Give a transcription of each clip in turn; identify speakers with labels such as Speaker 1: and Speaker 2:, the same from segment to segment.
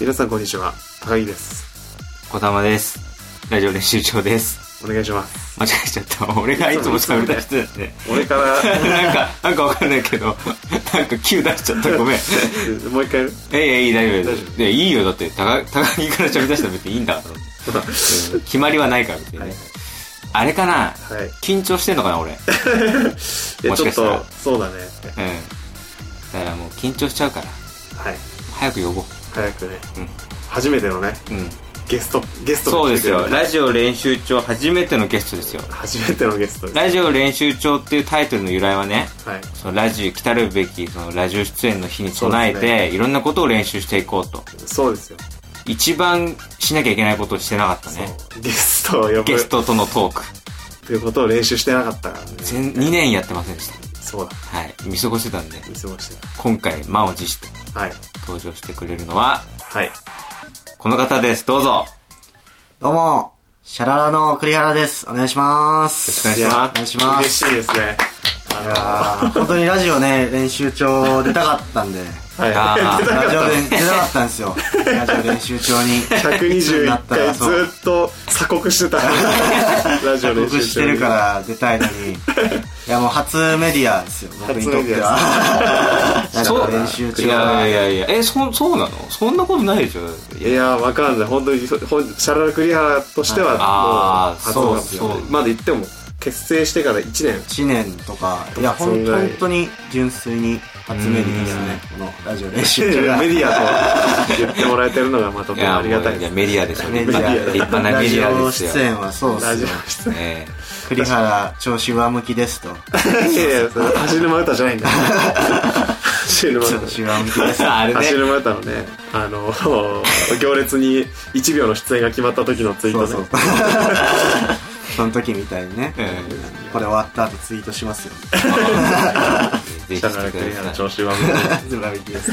Speaker 1: 皆さんこんにちは高木です
Speaker 2: 小玉です。ラジオ練習長です。
Speaker 1: お願いします
Speaker 2: 間違えちゃった。俺がいつも喋る人だよね。
Speaker 1: 俺から
Speaker 2: なんか、なんかわかんないけど、なんか急出しちゃった。ごめん。
Speaker 1: もう一回や る
Speaker 2: えいえ、いい、大丈
Speaker 1: 大
Speaker 2: 夫
Speaker 1: 丈
Speaker 2: いや。いいよ、だって、高高木から喋り出したら別にいいんだと思って。うん決まりはないから、別に
Speaker 1: はい
Speaker 2: ね。あれかな
Speaker 1: はい
Speaker 2: 緊張してんのか な、俺。う
Speaker 1: いや
Speaker 2: ん。だも
Speaker 1: ち
Speaker 2: し
Speaker 1: ょ
Speaker 2: か
Speaker 1: っ
Speaker 2: したら
Speaker 1: とそうだねって
Speaker 2: からもう緊張しちゃうから、
Speaker 1: はい
Speaker 2: 早く呼ぼう。
Speaker 1: 早くね、
Speaker 2: うん
Speaker 1: 初めてのね
Speaker 2: うん。
Speaker 1: ゲストゲスト
Speaker 2: そう
Speaker 1: が
Speaker 2: で
Speaker 1: 来て
Speaker 2: す
Speaker 1: くれる
Speaker 2: よ。ラジオ練習長初めてのゲストですよ。
Speaker 1: 初めてのゲストです
Speaker 2: ラジオ練習長っていうタイトルの由来はね、
Speaker 1: はい
Speaker 2: そのラジオ来たるべきそのラジオ出演の日に備え
Speaker 1: そう
Speaker 2: て、
Speaker 1: で
Speaker 2: いろんなことを練習していこうと
Speaker 1: そうですよ、
Speaker 2: 一番しなきゃいけないことをしてなかったね
Speaker 1: そうゲストを呼
Speaker 2: ゲス
Speaker 1: ぶ
Speaker 2: トとのトーク
Speaker 1: ということを練習してなかったからね
Speaker 2: 全2年やってませんでし
Speaker 1: そうだ
Speaker 2: たはい見過ごしてたんで
Speaker 1: 見過ごして
Speaker 2: 今回満を持して
Speaker 1: たはい
Speaker 2: 登場してくれるのは
Speaker 1: はい
Speaker 2: この方ですどうぞよ
Speaker 3: どうも、シャララの栗原です。お願いします。
Speaker 2: ろしくお願いします
Speaker 3: 願いし
Speaker 1: 嬉
Speaker 3: ます。
Speaker 1: しいですねあ
Speaker 3: あー本当にラジオね、練習帳出たかったんで、
Speaker 1: のはい
Speaker 2: あー
Speaker 3: ラジオで出たかったんですよ。ラジオ練習帳に。
Speaker 1: 121回ず
Speaker 3: そう
Speaker 1: っと鎖国 してたラジオ練習
Speaker 3: 僕
Speaker 1: 中に
Speaker 3: してるから出たいのに。いやもう初メディアですよ、僕にとっては。ラジ オ練習帳
Speaker 2: いやいやいやえそそうなのそんなことないでしょ
Speaker 1: いやーわかんない本当にそほんシャララ栗原としてはもう
Speaker 2: あー
Speaker 1: 初なんですよ
Speaker 2: そうそう
Speaker 1: まだ言っても結成してから1年
Speaker 3: 1年とか、いや
Speaker 1: そん
Speaker 3: 本
Speaker 1: ぐらい
Speaker 3: 当に純粋に初メディアですね、このラジオ練習帳が。
Speaker 1: メディアと言ってもらえてるのがまた本当
Speaker 2: い
Speaker 1: に
Speaker 2: や
Speaker 1: ありがたい
Speaker 2: もう
Speaker 1: です
Speaker 2: メディアでしょ
Speaker 3: メ
Speaker 2: 立
Speaker 3: デ
Speaker 2: 派な立
Speaker 3: ィア
Speaker 2: 派なメディアですよ
Speaker 3: ラジオ出 演はそう
Speaker 1: ラ
Speaker 3: で
Speaker 1: ジオ
Speaker 3: すよ。
Speaker 1: 出演
Speaker 2: え
Speaker 3: 栗原調子上向きですと。
Speaker 1: いやいやそれ走る馬歌じゃないん だよ走る馬歌
Speaker 3: 調子上向きで
Speaker 2: え
Speaker 3: す。
Speaker 2: あれね
Speaker 1: 走る馬歌のねあの行列に1秒の出演が決まった時のツイー
Speaker 3: そ
Speaker 1: ト
Speaker 3: う
Speaker 1: ね
Speaker 3: そう。その時みたいにね、
Speaker 2: うん
Speaker 3: これ終わった後ツイートしますよ。
Speaker 2: ぜひ来
Speaker 1: シ
Speaker 2: て
Speaker 1: ャララ栗原
Speaker 2: ください
Speaker 1: 調子はも
Speaker 3: 上向きです。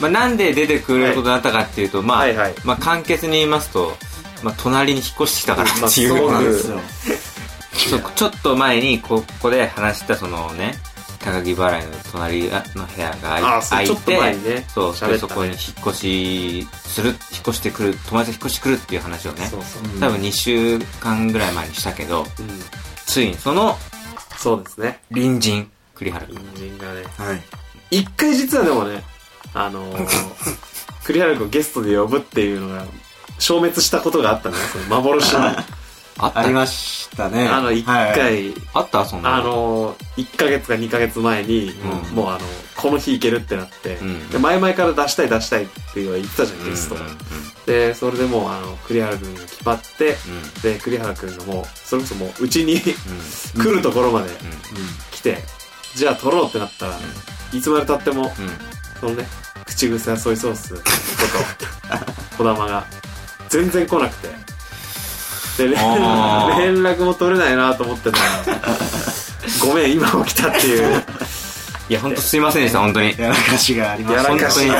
Speaker 2: まあ、なんで出てくることになったかっていうと、まあ、
Speaker 1: はいはい
Speaker 2: まあ、簡潔に言いますと、まあ、隣に引っ越してきたからってい
Speaker 1: ま
Speaker 2: う、
Speaker 3: そ
Speaker 1: あ
Speaker 3: う なんですよ。
Speaker 2: ちょちょっと前にここで話したそのね高木払いの隣の部屋
Speaker 1: あ
Speaker 2: が
Speaker 1: そう
Speaker 2: 空い
Speaker 1: ちょっと
Speaker 2: て
Speaker 1: 前にね
Speaker 2: そう
Speaker 1: 喋ったね
Speaker 2: でそこに引っ越しする引っ越してくる友達が引っ越してくるっていう話をね
Speaker 1: そう そう、
Speaker 2: 多分2週間ぐらい前にしたけど
Speaker 1: うん、
Speaker 2: ついにその
Speaker 1: そうですね
Speaker 2: 隣人栗原君
Speaker 1: 隣人がね
Speaker 3: はい。
Speaker 1: 一回実はでもねあのー、栗原君をゲストで呼ぶっていうのが消滅したことがあったんですよ幻の
Speaker 2: あった
Speaker 3: ありましたね。
Speaker 1: あの一回、
Speaker 3: はい。
Speaker 2: あったそんな
Speaker 1: あのー、1ヶ月か2ヶ月前に、
Speaker 2: うん
Speaker 1: もうあのこの日行けるってなって、
Speaker 2: うん
Speaker 1: で前々から出したい出したいって言ってたじゃんゲスト
Speaker 2: うん
Speaker 1: が、
Speaker 2: うんうん
Speaker 1: でそれでもうあの栗原君が決まって
Speaker 2: うん
Speaker 1: で栗原君がもうそれこそもううちに
Speaker 2: うん
Speaker 1: 来るところまで
Speaker 3: うん
Speaker 1: 来て、じゃあ撮ろうってなったら、いつまでたっても
Speaker 2: うん
Speaker 1: そのね、口癖はソイソースこと、 こだまが、全然来なくて。で、連
Speaker 2: あー
Speaker 1: 連絡も取れないなと思ってたら、 ごめん、今起きたっていう。
Speaker 2: いや本当すいませんでした本当に
Speaker 3: やらかしがありました。
Speaker 1: やらかしが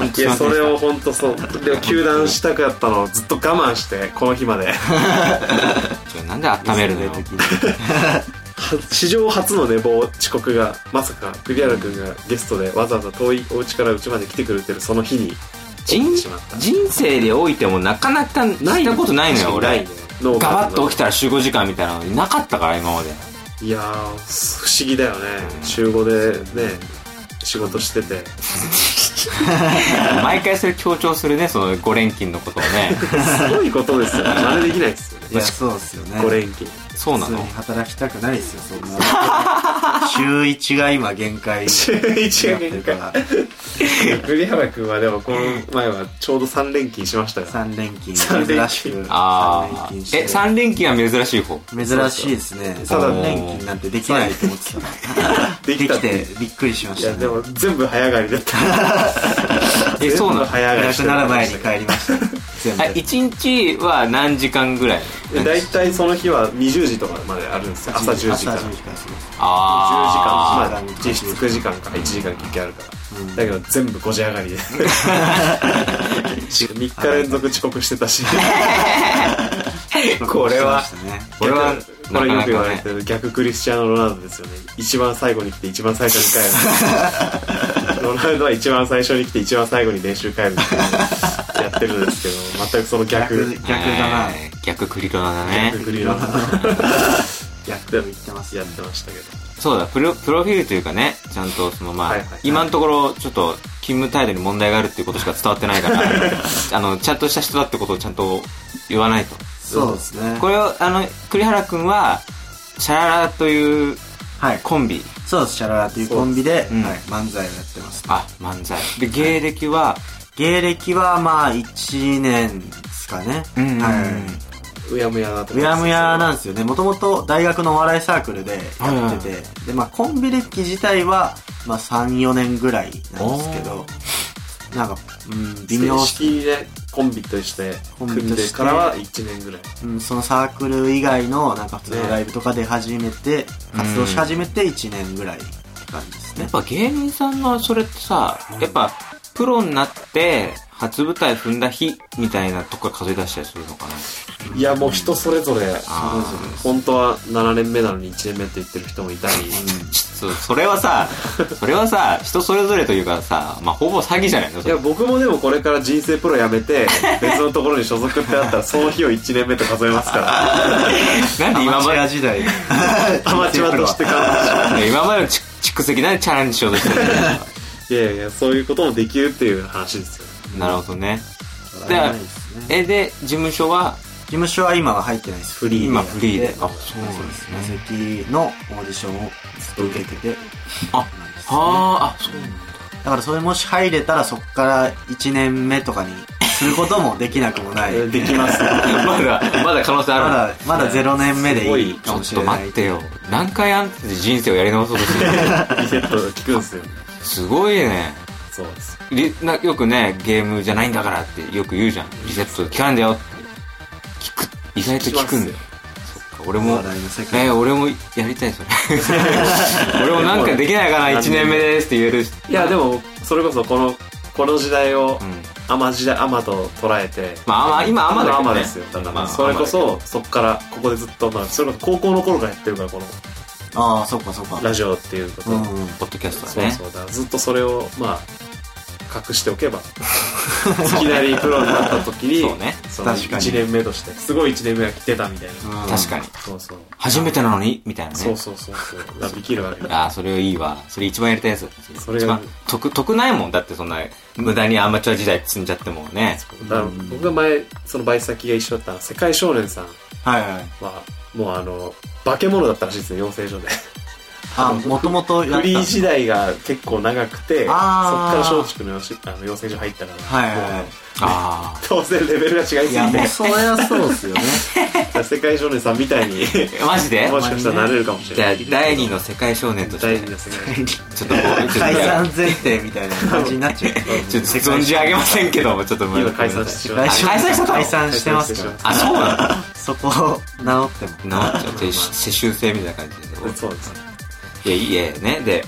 Speaker 2: 本
Speaker 1: い
Speaker 2: 当に
Speaker 1: や、
Speaker 2: 本当
Speaker 1: そ
Speaker 2: に
Speaker 1: れを本当そう。でも、球団したかったのをずっと我慢して、この日まで。
Speaker 2: ちょなんで温めるのよ
Speaker 1: は史上初の寝坊遅刻が、まさか、栗原君がゲストでわざわざ遠いお家からうちまで来てくれてるその日に、起き
Speaker 2: 人
Speaker 1: てしまった。
Speaker 2: 人生でおいてもなかなかないたことないのよ
Speaker 1: な
Speaker 2: 俺
Speaker 1: いねノーカ
Speaker 2: ガ
Speaker 1: ッ
Speaker 2: バッと
Speaker 1: の
Speaker 2: 起きたら集合時間みたいなのなかったから今まで
Speaker 1: いやー不思議だよね週5でね仕事してて
Speaker 2: 毎回それ強調するねその5連勤のことを ね
Speaker 1: すごいことですよ ね真似できないですよね
Speaker 3: いや、そうですよね。
Speaker 1: 5連勤
Speaker 2: そうな
Speaker 3: 普通
Speaker 2: の
Speaker 3: に働きたくないですよ、そんな。週一が今限界。
Speaker 1: 週1が限界
Speaker 3: ら。
Speaker 1: 栗原君はでもこの前はちょうど3連勤しましたから
Speaker 3: 三連勤
Speaker 1: 三連
Speaker 3: 珍し
Speaker 1: 勤
Speaker 3: く三連
Speaker 2: ああ
Speaker 3: 勤して
Speaker 2: え三3連勤は珍しい方
Speaker 3: 珍しいですね
Speaker 1: そう
Speaker 3: 三連勤なんてできないと思ってた
Speaker 1: でき
Speaker 3: で
Speaker 1: た
Speaker 3: き
Speaker 1: って
Speaker 3: てびっくりしま
Speaker 1: い
Speaker 3: し
Speaker 1: や
Speaker 3: た
Speaker 1: で
Speaker 3: ね
Speaker 1: も全部早帰りだった
Speaker 2: えそう
Speaker 1: 全部
Speaker 2: なの
Speaker 1: 早
Speaker 3: い
Speaker 1: 帰り
Speaker 3: な
Speaker 1: し
Speaker 3: く
Speaker 1: て
Speaker 3: なる前に帰りました全部
Speaker 2: あ1日は何時間ぐらい
Speaker 1: で大体その日は20時とかまであるんですよ朝10時から
Speaker 3: 朝
Speaker 1: 10時
Speaker 3: 10時からそう
Speaker 2: あ
Speaker 1: 間まあ実質9時間か1時間休憩あるから、
Speaker 3: うん
Speaker 1: だけど全部5時上がり で3日連続遅刻してたし
Speaker 2: これは
Speaker 3: してましたね
Speaker 2: これは
Speaker 1: 逆これよく言われ
Speaker 2: なか
Speaker 1: て
Speaker 2: な
Speaker 1: る逆クリスチアーノ・ロナウドですよね一番最後に来て一番最初に帰るロナウドは一番最初に来て一番最後に練習帰るっていうのをやってるんですけど全くその逆
Speaker 3: 逆逆だな
Speaker 2: えー逆クリロナだね
Speaker 1: 逆クリロナやって
Speaker 3: 言ってますね
Speaker 1: やってましたけど
Speaker 2: そうだプロプロフィールというかねちゃんとそのまあ、
Speaker 1: はいはいはい
Speaker 2: 今のところちょっと勤務態度に問題があるっていうことしか伝わってないから あのちゃんとした人だってことをちゃんと言わないと
Speaker 3: そうですね
Speaker 2: これをあの栗原君はシャララという
Speaker 3: はい
Speaker 2: コンビ
Speaker 3: そうですシャララというコンビで、
Speaker 2: うん
Speaker 3: はい、漫才をやってます、
Speaker 2: あ漫才で芸歴は、
Speaker 3: 芸歴はまあ1年ですかね、
Speaker 2: うん
Speaker 3: はい、
Speaker 1: うやむやなと
Speaker 3: う
Speaker 1: 思って
Speaker 3: や
Speaker 1: たん
Speaker 3: む
Speaker 1: ですけど
Speaker 3: やなんですよねもともと大学のお笑いサークルでやってて、でまあ、コンビ歴自体は、まあ、34年ぐらいなんですけどなんか、うん、微妙
Speaker 1: 正、式にねコンビとして
Speaker 3: コンビとして
Speaker 1: 組んでからは1年ぐらい
Speaker 3: うん、そのサークル以外のなんか普通のライブとかで始めて、活動し始めて1年ぐらいって感じです
Speaker 2: や
Speaker 3: ね
Speaker 2: っ、ぱ芸人さんのそれってさ、やっぱプロになって初舞台踏んだ日みたいなとこから数え出したりするのかない
Speaker 1: やもう人それぞれ
Speaker 2: あー
Speaker 1: 本当は7年目なのに1年目って言ってる人もいたり
Speaker 2: ちょっとそれはさそれはさ人それぞれというかさ、まあ、ほぼ詐欺じゃないの
Speaker 1: いや僕もでもこれから人生プロ辞め て別のところに所属ってなったらその日を1年目と数えます か
Speaker 2: なんで今まで
Speaker 3: 時代
Speaker 1: らアマチュアとして感じ
Speaker 2: 今までのち蓄積なんでチャレンジしようとしてるんだよ
Speaker 1: いやいやそういうこともできるっていう話ですよ
Speaker 2: なるほどね
Speaker 3: ではないですね
Speaker 2: えで事務所は
Speaker 3: 事務所は今は入ってないですフリーで
Speaker 2: 今フリーで
Speaker 3: やってて
Speaker 2: あそうなんですね
Speaker 3: そうですマセキのオーディションをずっと受けてて
Speaker 2: あ
Speaker 3: なんですね
Speaker 2: ああそうなんだ
Speaker 3: だからそれもし入れたらそっから1年目とかにすることもできなくもない
Speaker 1: えできます
Speaker 2: まだまだ可能性
Speaker 3: ま
Speaker 2: あ
Speaker 3: だまだ0年目でいい
Speaker 2: る
Speaker 3: か
Speaker 2: の
Speaker 3: も
Speaker 2: ち
Speaker 3: し
Speaker 2: ょっと
Speaker 3: れない
Speaker 2: 待ってよ何回あんたで人生をやり直そうとしてるの
Speaker 1: リセット聞くんですよ
Speaker 2: すごいね
Speaker 1: そうです
Speaker 2: リなよくねゲームじゃないんだからってよく言うじゃんリセット効かんだよって聞く意外と効くんだよそっか俺も
Speaker 3: 話題の世界
Speaker 2: えー、俺もやりたいそれ俺もなんかできないかな1年目ですって言える
Speaker 1: いやでもそれこそこのこの時代を
Speaker 2: うん
Speaker 1: アマ時代アマと捉えて
Speaker 2: まあ、まあ、今アマだけど、
Speaker 1: ア
Speaker 2: ね、
Speaker 1: マですよだか
Speaker 2: まあ
Speaker 1: らそれこそそこからここでずっとまあそれこそ高校の頃からやってるからこの
Speaker 3: ああそっかそっか
Speaker 1: ラジオっていうこと
Speaker 3: う
Speaker 1: を
Speaker 3: ん
Speaker 2: ポッドキャスト
Speaker 1: そ
Speaker 2: は
Speaker 1: う
Speaker 2: ね
Speaker 1: そうだからずっとそれをまあ隠してお けばいきなりプロになった時に
Speaker 2: そうね
Speaker 1: その
Speaker 3: 確かに
Speaker 1: 1年目としてすごい1年目が来てたみたいな、
Speaker 3: うん
Speaker 2: 確かに
Speaker 1: そうそう
Speaker 2: 初めてなのにみたいなね
Speaker 1: そうそうそうそうだからできるわけだ
Speaker 2: ああそれはいいわそれ一番やりたいやつ
Speaker 1: それ
Speaker 2: 一
Speaker 1: が
Speaker 2: 番得得ないもんだってそんな無駄にアマチュア時代積んじゃってもね
Speaker 1: だから僕が前そのバイト先が一緒だった世界少年さん
Speaker 3: はいはい
Speaker 1: はもうあの化け物だったらしいですね養成所で
Speaker 3: あもともとや
Speaker 1: フ
Speaker 3: っ
Speaker 1: リー
Speaker 3: た
Speaker 1: 時代が結構長くてそっ
Speaker 3: あ
Speaker 1: か
Speaker 3: ー
Speaker 1: ら松竹の養子あの養成所入ったから、
Speaker 3: はいはいはい
Speaker 1: もう
Speaker 2: あ
Speaker 1: 当然レベルが違いすぎ
Speaker 3: いやもう
Speaker 1: て
Speaker 3: それはそうですよね
Speaker 1: 世界少年さんみたいに
Speaker 2: あマジで
Speaker 1: もしかしたらなれるかもしれ
Speaker 2: じ
Speaker 1: な
Speaker 2: ゃあ
Speaker 1: い
Speaker 2: 第二の世界少年として
Speaker 1: 大事ですね
Speaker 2: ちょっとこうちょっ
Speaker 3: 解
Speaker 2: と
Speaker 3: 散前提みたいな感じになっちゃう
Speaker 2: ちょっと存じ上げませんけどもちょっと
Speaker 1: 今解散しててしま
Speaker 3: 来
Speaker 1: う
Speaker 3: 週
Speaker 2: あ解散したの
Speaker 3: 解散してますか
Speaker 1: 解散してし
Speaker 2: あそうなの
Speaker 3: らそこを名乗っても
Speaker 2: なっちゃって 世襲制みたいな感じで
Speaker 1: そうですね
Speaker 2: いや、いいえ、ね。で、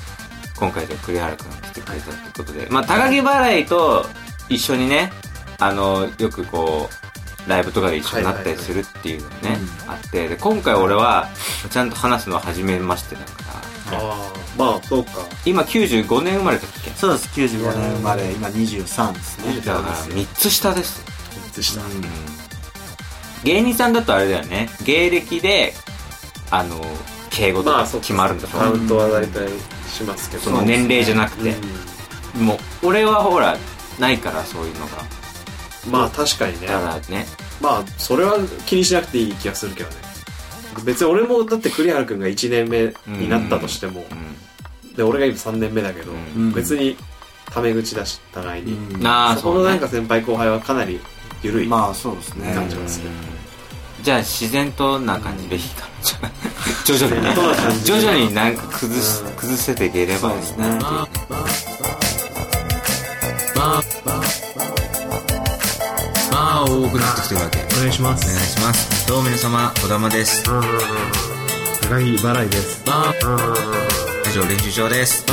Speaker 2: 今回で栗原くんが来てくれたってことで、まあ、高木払いと一緒にね、あの、よくこう、ライブとかで一緒になったりするっていうのがね、
Speaker 3: はいはい
Speaker 2: あって、で、今回俺は、ちゃんと話すのは初めましてだから、
Speaker 1: ああまあそうか
Speaker 2: 今95年生まれたっけ
Speaker 3: そうです95年生まれ今23ですね
Speaker 2: だから3つ下です。
Speaker 1: でした
Speaker 3: うん
Speaker 2: 芸人さんだとあれだよね、芸歴で、あの、敬語と
Speaker 1: ま
Speaker 2: か
Speaker 1: あそう
Speaker 2: 決まるんだろ、
Speaker 1: カウントは大体しますけど
Speaker 2: その年齢じゃなく
Speaker 1: う
Speaker 2: て、もう、俺はほら、ないからそういうのが。
Speaker 1: んまあ確かにね
Speaker 2: だからね、
Speaker 1: まあそれは気にしなくていい気がするけどね別に俺もだって栗原君が1年目になったとしても
Speaker 2: う
Speaker 1: で俺が今3年目だけど
Speaker 2: うん
Speaker 1: 別にタメ口だし互いに
Speaker 3: うん
Speaker 2: ん、なあ
Speaker 1: そこの
Speaker 2: うね
Speaker 1: なんか先輩後輩はかなり緩い
Speaker 3: まあそうですね
Speaker 1: 感じますけど
Speaker 2: じゃあ自然とな感じでいいかな徐々にね
Speaker 1: 自然とな感じ
Speaker 2: 徐々になんか崩す崩せていければ
Speaker 3: そう
Speaker 2: いい
Speaker 3: です
Speaker 2: な
Speaker 3: ね
Speaker 2: ああ多くなってきてるわけお願いしますお願いしますどうも皆様小玉です高木払いです以上練習場です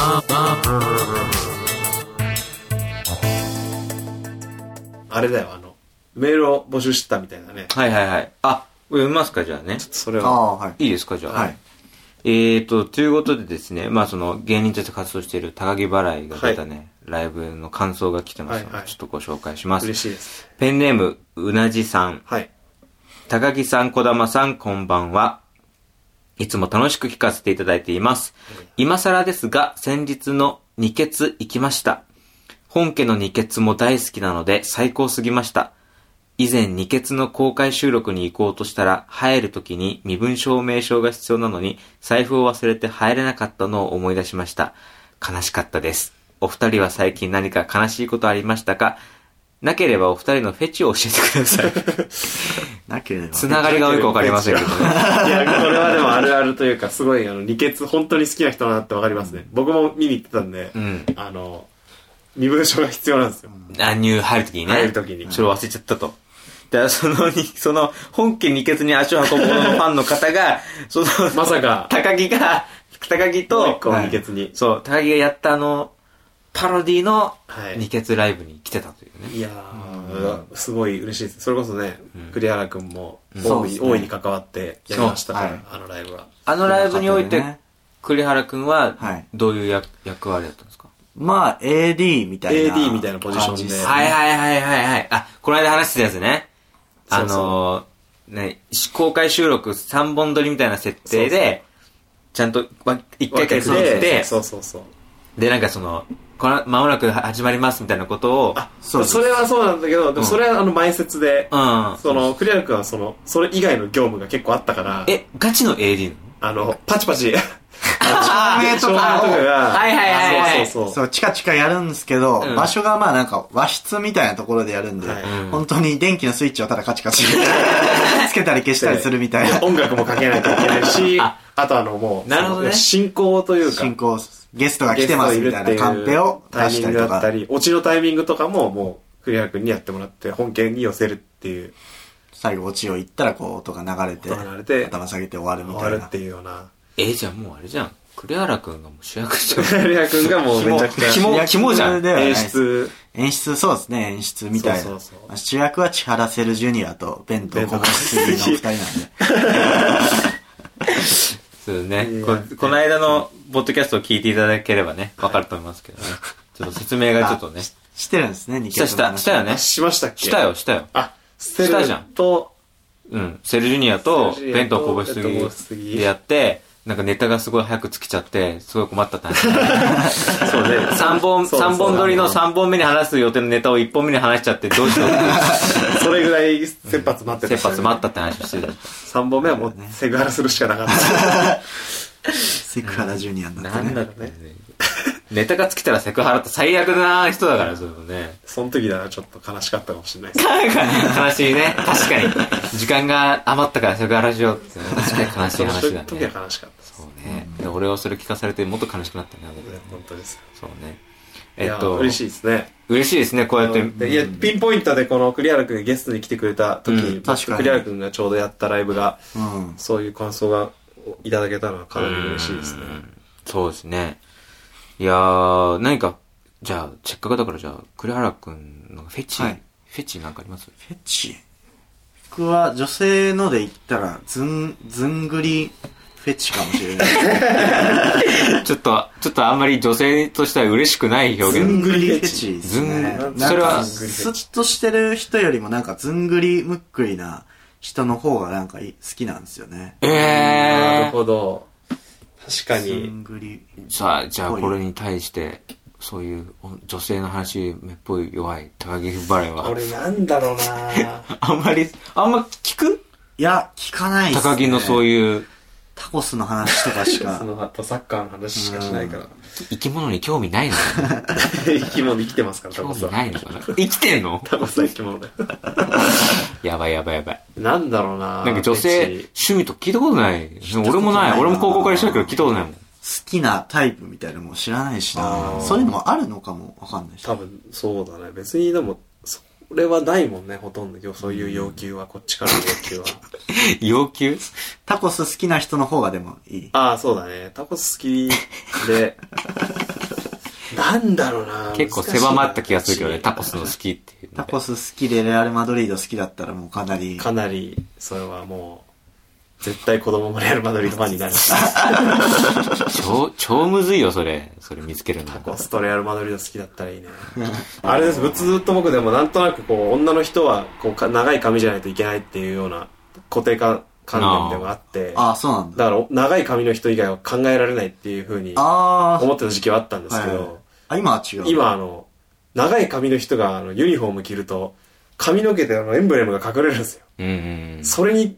Speaker 1: あれだよあのメールを募集してたみたいなね
Speaker 2: はいはいはいあ読みますか、じゃあね。
Speaker 1: それ
Speaker 3: あ
Speaker 1: は。
Speaker 3: あ、はい。
Speaker 2: いいですか、じゃあ。
Speaker 3: はい。
Speaker 2: えーと、ということでですね、まあその芸人として活動している高木払いが出たね、ライブの感想が来てますので、
Speaker 1: はいはい
Speaker 2: ちょっとご紹介します。
Speaker 1: 嬉しいです。
Speaker 2: ペンネーム、うなじさん。
Speaker 1: はい。
Speaker 2: 高木さん、小玉さん、こんばんは。いつも楽しく聞かせていただいています。今更ですが、先日の二血行きました。本家の二血も大好きなので最高すぎました。以前二血の公開収録に行こうとしたら、入る時に身分証明書が必要なのに、財布を忘れて入れなかったのを思い出しました。悲しかったです。お二人は最近何か悲しいことありましたかなければお二人のフェチを教えてください。
Speaker 3: なければ。
Speaker 2: つながりがよくわかりませんけどね。
Speaker 1: いや、これはでもあるあるというか、すごい、あの、二血本当に好きな人だなってわかりますね。僕も見に行ってたんで
Speaker 2: う、ん。
Speaker 1: あの、身分証が必要なんですよ。
Speaker 2: 乱入入るときにね。
Speaker 1: 入る時に
Speaker 2: それを忘れちゃったと。だからその、に その、本家二血に足を運ぶ者のファンの方が、 その、
Speaker 1: まさか、
Speaker 2: 高木が、高木
Speaker 1: もう
Speaker 2: と
Speaker 1: 一、個
Speaker 3: は
Speaker 1: はい二血に。
Speaker 2: そう、高木がやったあの、パロディの
Speaker 1: はい
Speaker 2: 二血ライブに来てたというね。
Speaker 1: いやー、すごい嬉しいです。それこそね、栗原くんも
Speaker 2: うん
Speaker 3: そう
Speaker 1: 大
Speaker 3: で
Speaker 1: い
Speaker 3: す
Speaker 1: に、
Speaker 3: ね
Speaker 1: 大いに関わってやりましたか
Speaker 3: そうは
Speaker 1: ら
Speaker 3: い、
Speaker 1: あのライブは。
Speaker 2: あのライブにおいて
Speaker 3: ね、
Speaker 2: 栗原くん
Speaker 3: は、
Speaker 2: はいどういう役役割だったんですか
Speaker 3: まあ、AD みたいな。
Speaker 1: AD みたいなポジションで
Speaker 3: 感じすね
Speaker 2: はいはいはいはいはい。あ、この間話してたやつね。あ
Speaker 1: そう
Speaker 2: の
Speaker 1: そう
Speaker 2: ーね、公開収録3本撮りみたいな設定で、ちゃんとわ一回一回撮って、
Speaker 1: そうそうそう。
Speaker 2: で、なんかその、この、間もなく始まりますみたいなことを、
Speaker 1: あ、
Speaker 3: そう
Speaker 1: そ
Speaker 3: です
Speaker 1: れはそうなんだけど、でもそれはあの前説で、
Speaker 2: うん。
Speaker 1: その、栗原くんはその、それ以外の業務が結構あったから、
Speaker 2: え、ガチの AD なの
Speaker 1: あの、パチパチ、
Speaker 2: あ
Speaker 3: 照明
Speaker 1: 照
Speaker 3: と
Speaker 1: 明と
Speaker 3: か
Speaker 1: か
Speaker 3: を。
Speaker 1: が、
Speaker 2: はいはいはいはい
Speaker 1: そうそうそ
Speaker 3: そう、チカチカやるんですけど、
Speaker 2: うん
Speaker 3: 場所がまあなんか和室みたいなところでやるんで、
Speaker 1: はいう。
Speaker 3: 本当に電気のスイッチをただカチカチつけたり消したりするみたいうな
Speaker 1: で音楽もかけないといけない し、あとあのもう、
Speaker 2: なるほどね
Speaker 1: その進行というか
Speaker 3: 進、行、ゲストが来てますみたいなカンペを
Speaker 1: タ
Speaker 3: 出
Speaker 1: イミ
Speaker 3: した
Speaker 1: ン
Speaker 3: り
Speaker 1: グ
Speaker 3: と
Speaker 1: だった
Speaker 3: か。
Speaker 1: り、オチのタイミングとかももう、栗原くんにやってもらって、本件に寄せるっていう、
Speaker 3: 最後、オチを言ったら、こう、音が流れて、
Speaker 1: 音が流れて
Speaker 3: 頭下げて終わるみ
Speaker 1: 終わ
Speaker 3: たい
Speaker 1: る
Speaker 3: な
Speaker 1: って。いうよう な。
Speaker 2: えじゃあもうあれじゃん。栗原くんがもう主役じゃん。
Speaker 1: 栗原くんが もうめちゃくちゃ、
Speaker 2: 肝肝肝じゃん
Speaker 3: 主役ではない
Speaker 1: 演
Speaker 3: です
Speaker 1: 出、
Speaker 3: 演出、そうですね、演出みたいな。
Speaker 1: そうそうそう
Speaker 3: まあ主役は千原セルジュニアと、弁当小橋杉のお二人なんで。
Speaker 2: そうね
Speaker 1: い。や
Speaker 2: ここの間のポッドキャストを聞いていただければね、わかると思いますけどね。ちょっと説明がちょっとね
Speaker 3: あ。ししてるんですね、二
Speaker 2: したした、したよね。
Speaker 1: しましたっけ
Speaker 2: したよ、したよ。
Speaker 1: あ、セ
Speaker 2: した
Speaker 1: ル
Speaker 2: じゃん
Speaker 1: と、
Speaker 2: うん。セルジュニアと
Speaker 1: セルジュニアと
Speaker 2: 弁当こぼし
Speaker 1: 弁当こぼし
Speaker 2: す
Speaker 1: す
Speaker 2: ぎ
Speaker 1: ぎ
Speaker 2: でやって、なんかネタがすごい早く尽きちゃって、すごい困っ たって話。そうね。3本、
Speaker 1: そうそう
Speaker 2: 三本撮りの3本目に話す予定のネタを1本目に話しちゃって、どう しよう
Speaker 1: それぐらい切羽詰まっ
Speaker 2: ってて。
Speaker 1: た。
Speaker 2: 切羽詰まったって話をしてた。
Speaker 1: 3本目はもうセクハラするしかなかった。
Speaker 3: セクハラジュニアに
Speaker 2: な
Speaker 3: なって
Speaker 2: ん
Speaker 3: ね。
Speaker 2: だろうね。ネタが尽きたらセクハラって最悪な人だから、それもね。
Speaker 1: その時だな、ちょっと悲しかったかもしれないです。
Speaker 2: 悲しいね。確かに。時間が余ったからセクハラしようっていうのは確かに悲しい
Speaker 1: その
Speaker 2: 話だ
Speaker 1: 時
Speaker 2: ね。
Speaker 1: は悲しかったです。
Speaker 2: そうね。で俺はそれ聞かされてもっと悲しくなったね。僕
Speaker 1: ね本当です。
Speaker 2: そう
Speaker 1: い
Speaker 2: ね。え
Speaker 1: や
Speaker 2: っと、
Speaker 1: 嬉しいですね。
Speaker 2: 嬉しいですね、こうやって。
Speaker 1: でいや、ピンポイントでこの栗原くんがゲストに来てくれた時
Speaker 2: う
Speaker 1: に、
Speaker 2: ん
Speaker 3: 確かに
Speaker 1: 栗原くんがちょうどやったライブが、
Speaker 3: うん。
Speaker 1: そういう感想がいただけたのはかなり嬉しいですね。
Speaker 2: うんそうですね。いやー、何か、じゃあ、せっかくだから、じゃあ、栗原くんのフェチ、
Speaker 3: はい
Speaker 2: フェチなんかあります
Speaker 3: フェチ僕は女性ので言ったら、ずん、ずんぐりフェチかもし れない。
Speaker 2: ちょっと、ちょっとあんまり女性としては嬉しくない表
Speaker 3: ずん
Speaker 2: 現。
Speaker 3: ぐりフェチですね
Speaker 2: ずん。
Speaker 3: なん
Speaker 2: それは
Speaker 3: かスッとしてる人よりもなんかずんぐりむっくりな人の方がなんかいい好きなんですよね。
Speaker 2: え
Speaker 1: なる
Speaker 2: ー。
Speaker 1: ほど。確か
Speaker 3: ず
Speaker 1: に。
Speaker 3: んぐり。
Speaker 2: さあ、じゃあこれに対して、そういうお女性の話、目っぽい弱い高木バレーは、
Speaker 1: 俺なんだろうな
Speaker 2: あんまり、あんま聞く
Speaker 3: いや、聞かないっす、ね。
Speaker 2: 高木のそう
Speaker 3: う。
Speaker 2: いう
Speaker 3: タコスの話とかし
Speaker 1: そ
Speaker 3: か。
Speaker 1: の後サッカーの話しかしないから。
Speaker 2: 生き物に興味 ないのかな
Speaker 1: 生き物生きてますから、タ
Speaker 2: 興
Speaker 1: コ
Speaker 2: 味
Speaker 1: さん。
Speaker 2: ないのかな生きてんの
Speaker 1: タコさん生き物だよ。
Speaker 2: やばいやばいやばい。
Speaker 1: なんだろうな
Speaker 2: なんか女性、趣味とか聞いたことない。
Speaker 3: たことないな
Speaker 2: 俺もない。俺も高校から一緒だけど聞いたことないもん。
Speaker 3: 好きなタイプみたいなのも知らないしな。そういうのもあるのかもわかんないし。
Speaker 1: 多分そうだね別にでもそれはないもんねほとんどそういう要求はこっちからの要求は
Speaker 2: 要求
Speaker 3: タコス好きな人の方がでもいい。
Speaker 1: ああそうだねタコス好きでなんだろうな
Speaker 2: 結構狭まった気がするけどね、タコスの好きっていうの
Speaker 3: タ
Speaker 2: で。
Speaker 3: コス好きでレアル・マドリード好きだったらもうかなり、
Speaker 1: かなり、それはもう、絶対子供もレアル・マドリードファンにな る。
Speaker 2: 超、超むずいよ、それ。それ見つけるの。
Speaker 1: タコスとレアル・マドリード好きだったらいいね。あれです、ずっと僕でもなんとなくこう、女の人はこうか長い髪じゃないといけないっていうような固定化観念でもあって、
Speaker 3: ああ、そうなんだ。
Speaker 1: だからお長い髪の人以外は考えられないっていうふうに
Speaker 3: ああ、
Speaker 1: 思ってた時期はあったんですけ
Speaker 3: はい
Speaker 1: ど、
Speaker 3: あ、今は違う。
Speaker 1: 今あの、長い髪の人があのユニフォーム着ると、髪の毛であのエンブレムが隠れるんですよ。
Speaker 2: うんうん。
Speaker 1: それに、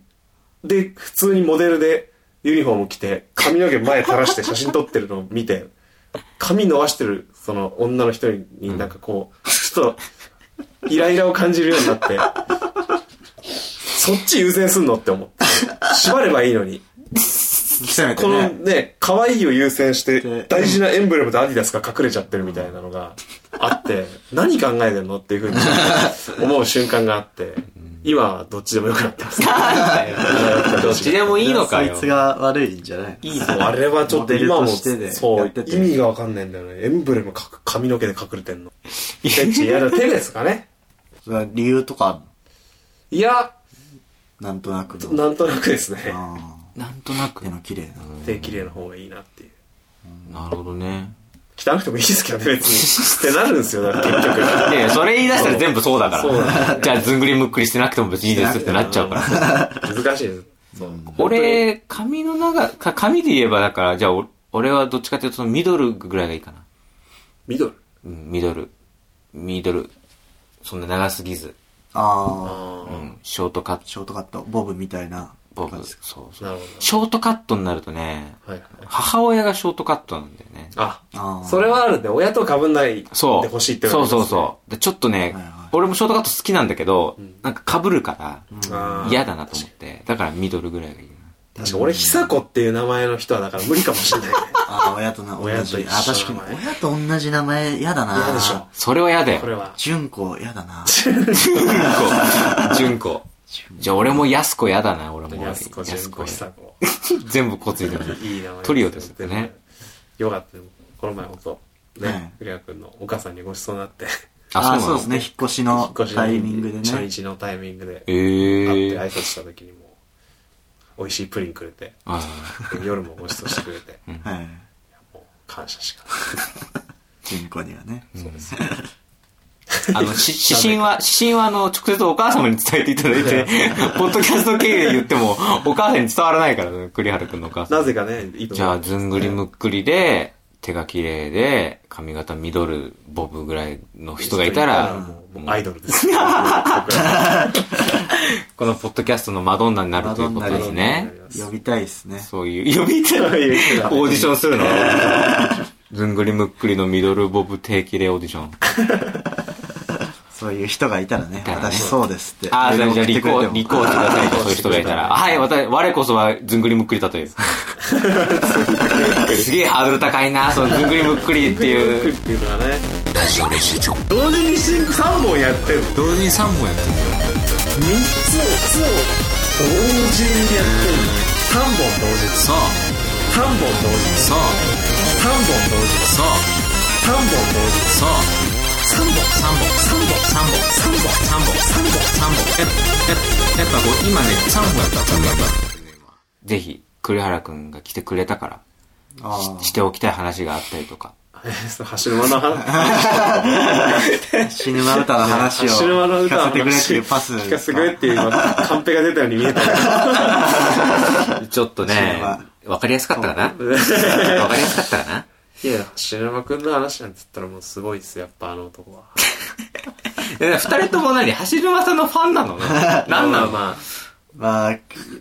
Speaker 1: で、普通にモデルでユニフォーム着て、髪の毛前垂らして写真撮ってるのを見て、髪伸ばしてる、その女の人になんかこう、ちょっと、イライラを感じるようになって、そっち優先すんのって思って。縛ればいいのに。
Speaker 3: せめて
Speaker 1: この
Speaker 3: ね。
Speaker 1: ね、可愛いを優先して
Speaker 3: で、
Speaker 1: 大事なエンブレムとアディダスが隠れちゃってるみたいなのがあって、何考えてんのっていうふうに思う瞬間があって、今はどっちでもよくなってます。
Speaker 2: どっちでもいいのかよ
Speaker 3: そい。つが悪いんじゃない
Speaker 1: いいぞ、あれはちょっと
Speaker 3: モデル
Speaker 1: 今も、
Speaker 3: としてで
Speaker 1: そ
Speaker 3: や
Speaker 1: う
Speaker 3: って、て
Speaker 1: 意味がわかんないんだよね。エンブレムか髪の毛で隠れてんの。ケチ、いや、手ですかね。
Speaker 3: それは理由とかあるの
Speaker 1: いや、
Speaker 3: なんとなくの。
Speaker 1: なんとなくですね。
Speaker 3: あ
Speaker 2: なんとなく
Speaker 3: ー手。の綺麗な。
Speaker 1: 手綺麗な方がいいなっていう。
Speaker 2: なるほどね。
Speaker 1: 汚くてもいいですけどね、別に。ってなるんですよ、だから結局。
Speaker 2: いやいや、それ言い出したら全部そうだか
Speaker 1: そうなんだ
Speaker 2: ら。じゃあ、ずんぐりむっくりしてなくても別にいいですってなっちゃうから。
Speaker 1: ら。難しいです。そう
Speaker 2: 俺、髪の長、か髪で言えばだから、じゃあお、俺はどっちかっていうとそのミドルぐらいがいいかな。
Speaker 1: ミドル
Speaker 2: うん、ミドル。ミドル。そんな長すぎず。
Speaker 3: ああ、
Speaker 1: あ
Speaker 2: うん、ショートカット。
Speaker 3: ショートカット、ボブみたいな
Speaker 2: ボブ。
Speaker 3: 感じですか。
Speaker 2: そう
Speaker 1: あ、
Speaker 2: そう。
Speaker 1: なるほ
Speaker 2: ショートカットになるとね、
Speaker 1: ど。はい。
Speaker 2: 母親がショートカットなんだよね。
Speaker 1: あ、
Speaker 3: あー
Speaker 1: それはあるんで、親と被んないで
Speaker 2: そう。
Speaker 1: ほしいって
Speaker 2: そうそうそう。でちょっとね、
Speaker 3: はいはい
Speaker 2: 俺もショートカット好きなんだけど、なんか被るから、
Speaker 1: う
Speaker 2: 嫌だなと思って。だからミドルぐらいがいいな。
Speaker 1: 確か俺、久子っていう名前の人はだから無理かもしれないね。
Speaker 3: ああ、親とな、同
Speaker 1: 親と
Speaker 3: じ
Speaker 1: 一。緒
Speaker 3: あ、確かに。親と同じ名前、嫌だな。
Speaker 1: 嫌でしょ。。
Speaker 2: それは嫌だよ
Speaker 1: こ。れは。
Speaker 3: 純子、嫌だな。
Speaker 2: 純子。じゃあ俺も安子やだな、俺も。
Speaker 1: 安子、純子、
Speaker 2: 安
Speaker 1: 久子。
Speaker 2: 全部こついてる。
Speaker 1: いい名前。
Speaker 2: トリオですよね。
Speaker 1: よかったよ。この前ほんと、
Speaker 3: はい
Speaker 1: ね、クリア君のお母さんにご馳走になって、
Speaker 3: あーそう
Speaker 2: なの
Speaker 3: ですね。引っ越し
Speaker 1: 引
Speaker 3: の
Speaker 1: っ越しの
Speaker 3: タイミングで
Speaker 1: 初
Speaker 3: ね。
Speaker 1: 日のタイミングで、会
Speaker 2: え
Speaker 1: って挨
Speaker 2: え。
Speaker 1: 拶した時にも、美味しいプリンくれて、
Speaker 2: あ
Speaker 1: で夜もご馳走してくれて、も
Speaker 3: はい。
Speaker 1: う感謝しかない。
Speaker 3: 純子にはね。
Speaker 2: ーあの、し 指針は、指針はあの、直接お母様に伝えていただいて、ポッドキャスト経由で言っても、お母さんに伝わらないからね、栗原くんのお母さ。
Speaker 1: なんぜかね、いいと
Speaker 2: じゃ
Speaker 1: 思
Speaker 2: あ、
Speaker 1: う
Speaker 2: ずんぐりむっくりで、手が綺麗で、髪型ミドル、ボブぐらいの人がいたら、
Speaker 1: もう
Speaker 2: もう
Speaker 1: アイドルです。僕ら
Speaker 2: このポッドキャストのマドンナになるということですね。
Speaker 3: 呼びたいですね。
Speaker 2: そういう、呼びたいオーディションす るのずんぐりむっくりのミドルボブ定期例オーディション。
Speaker 3: そういう人がいたらね、
Speaker 2: たらね
Speaker 3: 私そうですって。
Speaker 2: ああ、じゃあ、じゃあ、
Speaker 3: メー
Speaker 2: 立
Speaker 3: ル
Speaker 2: 候、
Speaker 3: 送ってくれても
Speaker 2: 立候補してくださいと、そういう人がいたら。あはい、私、我こそはずんぐりむっくりだ という。すげえハードル高いな、そのずんぐりむっくりって
Speaker 1: 来
Speaker 2: い
Speaker 1: る
Speaker 2: う。
Speaker 1: っていうのはね。同時に新3本やってるの。
Speaker 2: 同時に3本やってる。
Speaker 1: 3つを、つを同時にやってるの。3本同時です。
Speaker 2: そう、
Speaker 1: 3本同時です。
Speaker 2: そう、
Speaker 1: 3本同時です。
Speaker 2: そう、
Speaker 1: 3本同時です。
Speaker 2: そう、
Speaker 1: 3本、3
Speaker 2: 3本、
Speaker 1: 本、3本、3
Speaker 2: 3本、3本、
Speaker 1: 本。
Speaker 2: 3本。やっぱ、やっぱこう、今ね、3本やった、3本やった。ぜひ、栗原くんが来てくれたから。
Speaker 3: あ
Speaker 2: しておきたい話があったりとか。
Speaker 1: えー走る間の話、
Speaker 3: あ死ぬ間歌の 話を
Speaker 1: 走る間の
Speaker 3: 聞
Speaker 1: 歌の
Speaker 3: かせてくれっ
Speaker 1: 話
Speaker 3: ていうパス。
Speaker 1: 聞かせてくれっていう、カンペが出たように見えたけど。
Speaker 2: ちょっとね
Speaker 3: そう、
Speaker 2: わかりやすかったかなわかりやすかったか ない
Speaker 1: や、白山くんの話なんて言ったらもうすごいです、やっぱあの男は。
Speaker 2: え二人とも何走るさんのファン なのなんなのま
Speaker 1: まあ、
Speaker 3: まあ、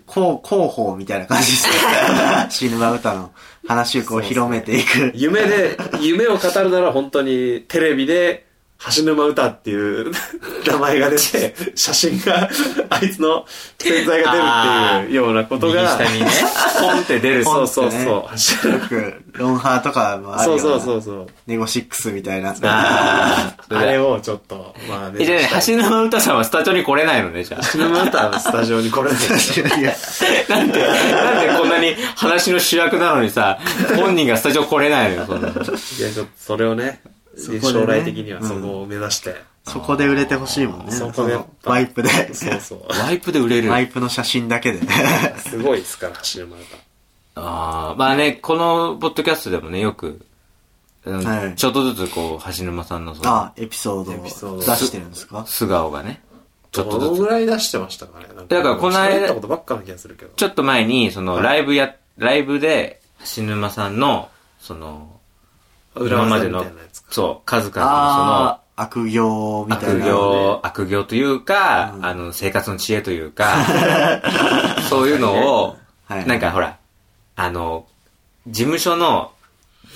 Speaker 3: こう、広報みたいな感 じですね。死ぬ間歌の話をこう広めていく。
Speaker 1: 夢で、夢を語るなら本当にテレビで、橋沼歌っていう 名前が出て、写真が、 あいつの洗剤が出るっていうようなこと
Speaker 2: 右
Speaker 1: が、
Speaker 2: 下に ね、ポンって出る。
Speaker 1: そ
Speaker 2: そう
Speaker 1: うそう
Speaker 3: ポンってね
Speaker 1: そう、橋
Speaker 3: よく、ロンハーとかもある
Speaker 1: そう
Speaker 3: ような。
Speaker 1: そうそうそう。
Speaker 3: ネゴシックスみたいな。
Speaker 2: あー
Speaker 1: あれをちょっと、まあね
Speaker 2: え、じゃあね、橋沼歌さんはスタジオに来れないのね、じゃあ。
Speaker 1: 橋沼歌はスタジオに来れない。
Speaker 3: いや、
Speaker 2: なんで、なんでこんなに話の主役なのにさ、本人がスタジオ来れないのよ、そんなの。
Speaker 1: いや、ちょっとそれをね、
Speaker 3: そこでね
Speaker 1: 将来的にはそこを目指して、
Speaker 3: そこで売れてほしいもんね。
Speaker 1: そこでやっ
Speaker 3: の
Speaker 1: ぱ
Speaker 3: ワイプで。
Speaker 1: そうそう。
Speaker 2: ワイプで売れる。
Speaker 3: ワイプの写真だ けで。
Speaker 1: すごいですから、橋沼歌。
Speaker 2: ああ、まあね、このポッドキャストでもね、よく、うん
Speaker 3: はい
Speaker 2: ちょっとずつこう、橋沼さんのその
Speaker 3: あ、エピソード
Speaker 1: エピソー
Speaker 3: を
Speaker 1: ド
Speaker 3: 出してるんですか
Speaker 2: 素顔がね、ちょっと
Speaker 1: どの
Speaker 2: ずつ。
Speaker 1: ぐらい出してましたかねなん
Speaker 2: だからこの間
Speaker 1: 喋ったことばっかな気がするけど。
Speaker 2: ちょっと前に、その、ライブや、ライブで、橋沼さんの、その、今まで
Speaker 1: 裏
Speaker 2: の
Speaker 1: 技みたいなやつ、
Speaker 2: そう、数々の
Speaker 3: ああ、悪行み
Speaker 2: そ
Speaker 3: たい
Speaker 2: の、悪
Speaker 3: な。
Speaker 2: 行、悪行というか、あの、生活の知恵というか、 そういうのを、
Speaker 3: はい
Speaker 2: なんかほら、あの、事務所の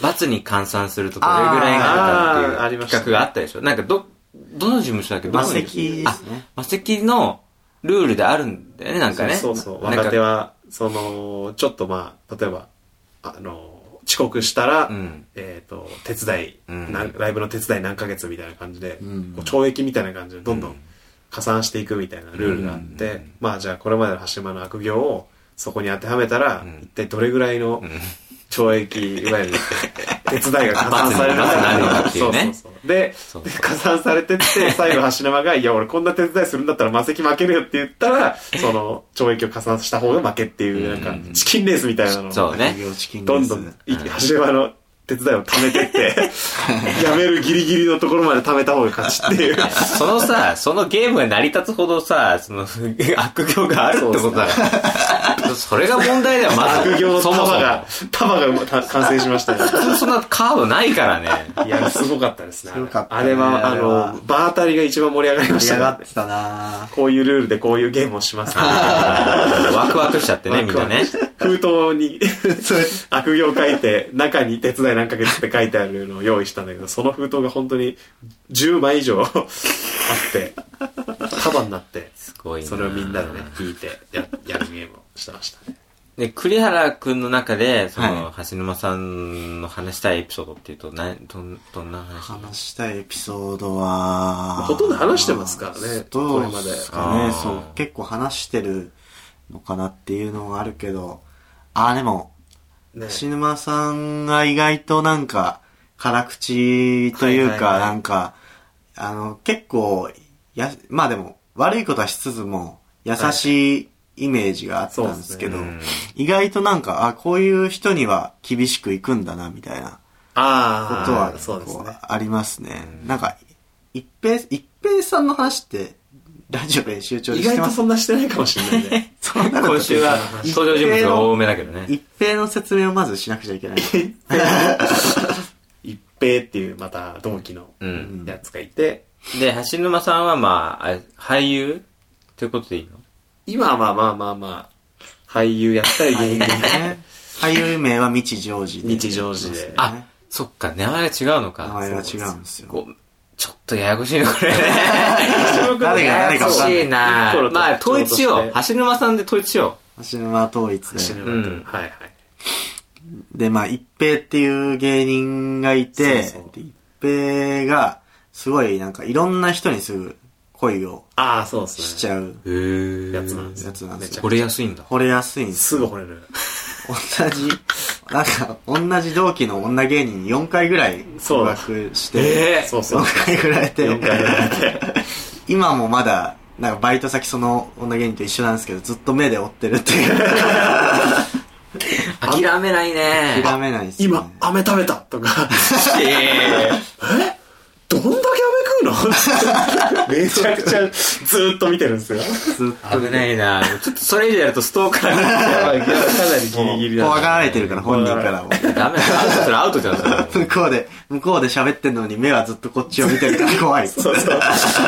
Speaker 2: 罰に換算するとどれぐらいがある
Speaker 1: あー
Speaker 2: か
Speaker 1: あ
Speaker 2: ってい
Speaker 1: り
Speaker 2: う
Speaker 1: ましたね
Speaker 2: 企画があったでしょなんかど、どの事務所だっけ
Speaker 3: 魔石
Speaker 2: ど
Speaker 3: で
Speaker 2: この事務所
Speaker 3: すね。
Speaker 2: 魔石のルールであるんだよね、なんかね。
Speaker 1: そうそうそう。
Speaker 2: なんか
Speaker 1: 若手は、その、ちょっとまあ、例えば、あの、遅刻したら、
Speaker 2: うん
Speaker 1: えっ、と、手伝い、
Speaker 2: うん
Speaker 1: なんライブの手伝い何ヶ月みたいな感じで、
Speaker 3: うん
Speaker 1: こう懲役みたいな感じでどんど
Speaker 2: うん
Speaker 1: ん加算していくみたいなルールがあって、
Speaker 2: うん
Speaker 1: まあじゃあこれまでの橋間の悪行をそこに当てはめたら、
Speaker 2: うん
Speaker 1: 一体どれぐらいの
Speaker 2: ん
Speaker 1: 懲役、いわゆる 手伝いが加算されるの
Speaker 2: 罰になるのか
Speaker 1: か
Speaker 2: っていうね
Speaker 1: そうそうそうで
Speaker 2: そう
Speaker 1: で加算され てって、最後橋沼が、いや、俺こんな手伝いするんだったら魔石負けるよって言ったら、その、懲役を加算した方が負けっていう、なんか
Speaker 2: うん、
Speaker 1: チキンレースみたいなのを
Speaker 2: そうね
Speaker 3: 悪行チキン
Speaker 1: ど
Speaker 3: レー
Speaker 1: ん
Speaker 3: ス
Speaker 1: どん、い橋沼の手伝いを貯めてって、やめるギリギリのところまで貯めた方が勝ちっていう。
Speaker 2: そのさ、そのゲームが成り立つほどさ、その 悪行があるってことだから。それが問題だよ、まず。
Speaker 1: 悪行の
Speaker 2: そ
Speaker 1: 束
Speaker 2: もそも。
Speaker 1: が、束がた完成しましたね。
Speaker 2: 普通そんなカードないから ね。
Speaker 1: いや、すごかったですね。
Speaker 3: すごかったね
Speaker 1: あれは、あ
Speaker 3: あれ
Speaker 1: の
Speaker 3: は、
Speaker 1: 場当たりが一番盛り上がりま
Speaker 3: 盛
Speaker 1: し
Speaker 3: り上
Speaker 1: た
Speaker 3: が
Speaker 1: ね
Speaker 3: っ。てたなぁ
Speaker 1: こういうルールでこういうゲームをしますね。
Speaker 2: ワクワクしちゃってね、みんなね。
Speaker 1: 封筒に 悪行書いて中に手伝い何ヶ月って書いてあるのを用意したんだけどその封筒が本当に10枚以上あって束になって
Speaker 2: すごいな。
Speaker 1: それをみんなでね引いてややるゲームをしてましたね
Speaker 2: で、栗原くんの中で、その、
Speaker 3: は
Speaker 2: 橋沼さんの話したいエピソードっていうと、な、どん、どんな話
Speaker 3: 話したいエピソードは、
Speaker 1: ほとんど話してますからね
Speaker 3: ど
Speaker 1: こ
Speaker 3: う
Speaker 1: れまで
Speaker 3: ですか
Speaker 2: あ
Speaker 3: ね、
Speaker 2: ー
Speaker 3: そう、結構話してるのかなっていうのがあるけど、あーでも、
Speaker 1: ね
Speaker 3: 橋沼さんが意外となんか、辛口という
Speaker 1: は
Speaker 3: か、
Speaker 1: いはいはい
Speaker 3: なんか、あの、結構、や、まあでも、悪いことはしつつも、優しいイメージがあったんですけど、
Speaker 1: そう
Speaker 2: ですね
Speaker 3: 意外となんか、あ、こういう人には厳しくいくんだな、みたいな。こ
Speaker 1: あ
Speaker 3: とは
Speaker 1: あそうです
Speaker 3: こう
Speaker 1: ね
Speaker 3: ありますね。なんか、一平、一平さんの話って、ラジオ練習中
Speaker 1: 意
Speaker 3: にし
Speaker 1: 外
Speaker 3: て
Speaker 1: と
Speaker 3: ます
Speaker 1: そんなしてないかもしれないね
Speaker 3: そんなこと
Speaker 2: 今週は、登場人物が多めだけどね。
Speaker 3: 一平の説明をまずしなくちゃいけない。
Speaker 1: 一平っていうまた同期の
Speaker 2: うん
Speaker 1: やつがいて、
Speaker 2: で、橋沼さんは、まああれ、俳優ということでいいの
Speaker 1: 今はまあまあまあまあ俳優やったり芸人やったり
Speaker 3: ね俳優名は道ジョージで。
Speaker 1: 日常時で
Speaker 2: あ、そっか、名前が違うの
Speaker 3: 名
Speaker 2: か。
Speaker 3: 前が違うんですよ。
Speaker 2: こうちょっとややこしいな、これ。
Speaker 3: 誰が誰か
Speaker 2: ややこ
Speaker 3: 分かんない
Speaker 2: しいな
Speaker 1: 一個の。特徴
Speaker 2: まあ、統一しよう
Speaker 1: と。
Speaker 2: 橋沼さんで統一しよ
Speaker 3: 橋沼統一
Speaker 1: して
Speaker 3: で。
Speaker 1: 橋沼と
Speaker 2: うん
Speaker 1: はいはい
Speaker 3: で、まあ、一平っていう芸人がいて、
Speaker 1: そうそう
Speaker 3: で一平が、すごいなんかいろんな人にすぐ恋を
Speaker 1: ああそうですね
Speaker 3: しちゃう
Speaker 2: う。へえ。
Speaker 1: やつなんです
Speaker 3: やつなんですよ
Speaker 2: これ安いんだ。
Speaker 3: 惚れやすいんですよ
Speaker 1: すぐ惚れる
Speaker 3: 同じ、なんか、同じ同期の女芸人4回ぐらい
Speaker 1: そう
Speaker 3: 告白して、
Speaker 2: ええ。
Speaker 1: そうそう
Speaker 3: 4回ぐらいで
Speaker 1: 4回ぐらいで
Speaker 3: 今もまだ、なんかバイト先その女芸人と一緒なんですけど、ずっと目で追ってるっていう。
Speaker 2: 諦めないね。
Speaker 3: 諦めないですね。
Speaker 1: 今飴食べたとか
Speaker 2: え
Speaker 1: どんだけ飴食う のめちゃくちゃずーっと見てるんですよ
Speaker 3: ずっ
Speaker 2: ー危ないな。ちょっとそれ以上やるとストーカーになっちゃう。
Speaker 1: かなりギリギリ
Speaker 3: と、怖がられてるから、本人からも。
Speaker 2: ダメだ。それアウトじゃん、それ。
Speaker 3: 向こうで、向こうで喋ってんのに目はずっとこっちを見てるから怖 い。
Speaker 1: そうそうこれ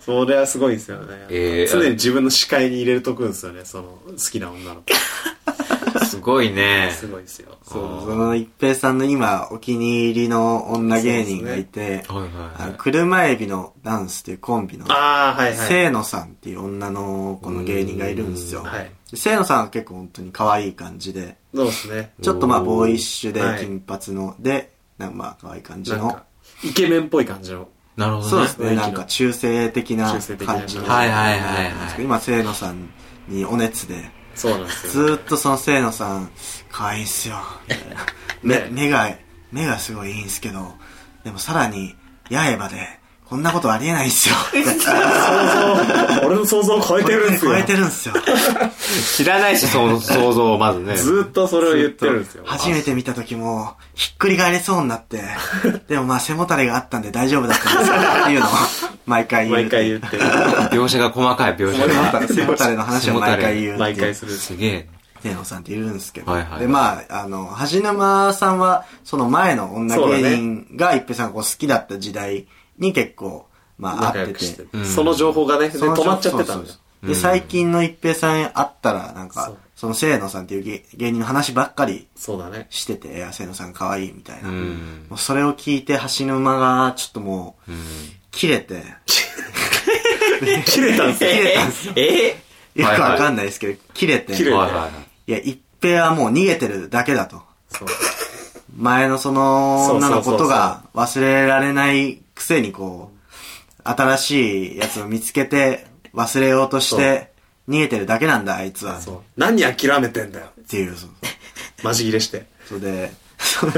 Speaker 1: それはすごいですよね、
Speaker 2: ええ
Speaker 1: 常に自分の視界に入れるとくんですよねその好きな女の子
Speaker 2: すごいね。
Speaker 1: すごいですよ。
Speaker 3: そう、その一平さんの今、お気に入りの女芸人がいて、
Speaker 2: はいはい
Speaker 3: あ
Speaker 2: は
Speaker 3: の
Speaker 2: い。
Speaker 3: 車エビのダンスっていうコンビの、
Speaker 1: ああ、はいはい。
Speaker 3: せいのさんっていう女の子の芸人がいるんですよ。
Speaker 1: はい。
Speaker 3: せいのさんは結構本当に可愛い感じで、
Speaker 1: そうですね。
Speaker 3: ちょっとまあボーイッシュで
Speaker 1: はい
Speaker 3: 金髪の、で、なんかまあ可愛い感じ
Speaker 1: なん
Speaker 3: の
Speaker 1: か、、イケメンっぽい感じの。
Speaker 2: なるほどね。
Speaker 3: そうです
Speaker 1: 雰囲気
Speaker 3: ね、
Speaker 1: の
Speaker 3: なんか中性的な
Speaker 1: 中性的な
Speaker 3: 感じの。
Speaker 2: はいはいはいはい
Speaker 3: 今、せいのさんにお熱で、
Speaker 1: そうなんです
Speaker 3: ず
Speaker 1: よ。
Speaker 3: ーっとそのせいのさん、可愛いん すよ。みたいな
Speaker 1: ね
Speaker 3: 目目が、目がすごいいいんすけど、でもさらに、刃で、こんなことありえない んすよ。
Speaker 1: 想 像、俺の想像を超えてるんですよ
Speaker 3: 超。えてる んすよ。
Speaker 2: 知らないし、その想像をまずね。
Speaker 1: ずっとそれを言ってるんですよ。
Speaker 3: 初めて見た時も、ひっくり返れそうになって、でもまあ背もたれがあったんで大丈夫だったんですよ。っていうのを、毎回言う。
Speaker 1: 毎回 言ってる。
Speaker 2: 描写が細かい描写
Speaker 3: 背もた
Speaker 2: が。
Speaker 3: れ背もたれの話を毎回言うっていう。
Speaker 1: 毎回する。
Speaker 2: すげえ。
Speaker 3: 天野さんっているんですけど。
Speaker 2: はいはいはい
Speaker 3: で、まあ、あの、橋沼さんは、その前の女芸人が一平さんがこう好きだった時代に結構、まあ、
Speaker 1: 仲
Speaker 3: 会っ
Speaker 1: 良
Speaker 3: て
Speaker 1: くして
Speaker 3: て。
Speaker 1: て。その情報がね、で
Speaker 3: その
Speaker 1: 止まっちゃってたん
Speaker 3: そう
Speaker 1: だ
Speaker 3: そう
Speaker 1: よ。
Speaker 3: そうで、最近の一平さんに会ったら、なん
Speaker 1: そ
Speaker 3: か
Speaker 1: う、
Speaker 3: その清野さんっていう芸芸人の話ばっかり
Speaker 1: そうだ ね。
Speaker 3: してて、いや、清野さん可愛いみたいな。
Speaker 2: うん。
Speaker 3: もうそれを聞いて、橋沼が、ちょっともう、切れて、
Speaker 1: 切れたんですよ。
Speaker 2: え
Speaker 3: よくわかん
Speaker 2: ない。
Speaker 3: ないですけど、切れて、
Speaker 1: 切れ
Speaker 3: い
Speaker 1: て
Speaker 2: はいはい
Speaker 3: や、一平はもう逃げてるだけだと。
Speaker 1: そう。
Speaker 3: 前のその女のことが忘れられないくせにこう、新しいやつを見つけて忘れようとして逃げてるだけなんだ、あいつは。っ
Speaker 1: そう。何諦めてんだよ。
Speaker 3: ていう、そう
Speaker 1: マジ切れして。
Speaker 3: それで、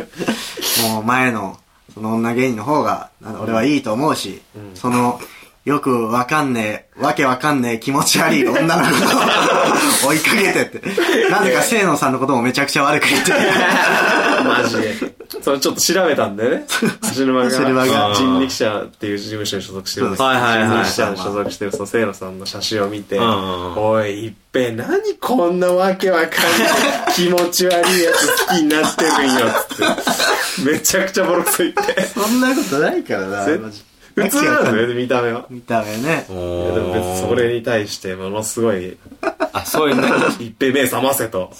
Speaker 3: もう前のその女芸人の方があの俺はいいと思うし、その、よくわかんねえ、わけわかんねえ気持ち悪い女 の子を追いかけてって。なぜか清野さんのこともめちゃくちゃ悪く言って。
Speaker 1: マジで。それちょっと調べたんでね。橋沼が。
Speaker 3: 橋沼
Speaker 2: が
Speaker 1: 人力車っていう事務所に所属してるんですけど
Speaker 2: はいはいはい
Speaker 1: 人力車に所属してる、そう、清野さんの写真を見て、
Speaker 2: うんうんうん
Speaker 1: おい、一平、何こんなわけわかんない。気持ち悪いやつ好きになってるんよ、つって。めちゃくちゃボロクソ言って。
Speaker 3: そんなことないからな
Speaker 1: ぜ普通なんだよね、見た目は。
Speaker 3: 見た目ね。
Speaker 1: いやでも別にそれに対してものすごい、
Speaker 2: あ、そういうね。
Speaker 1: 一平目覚ませと。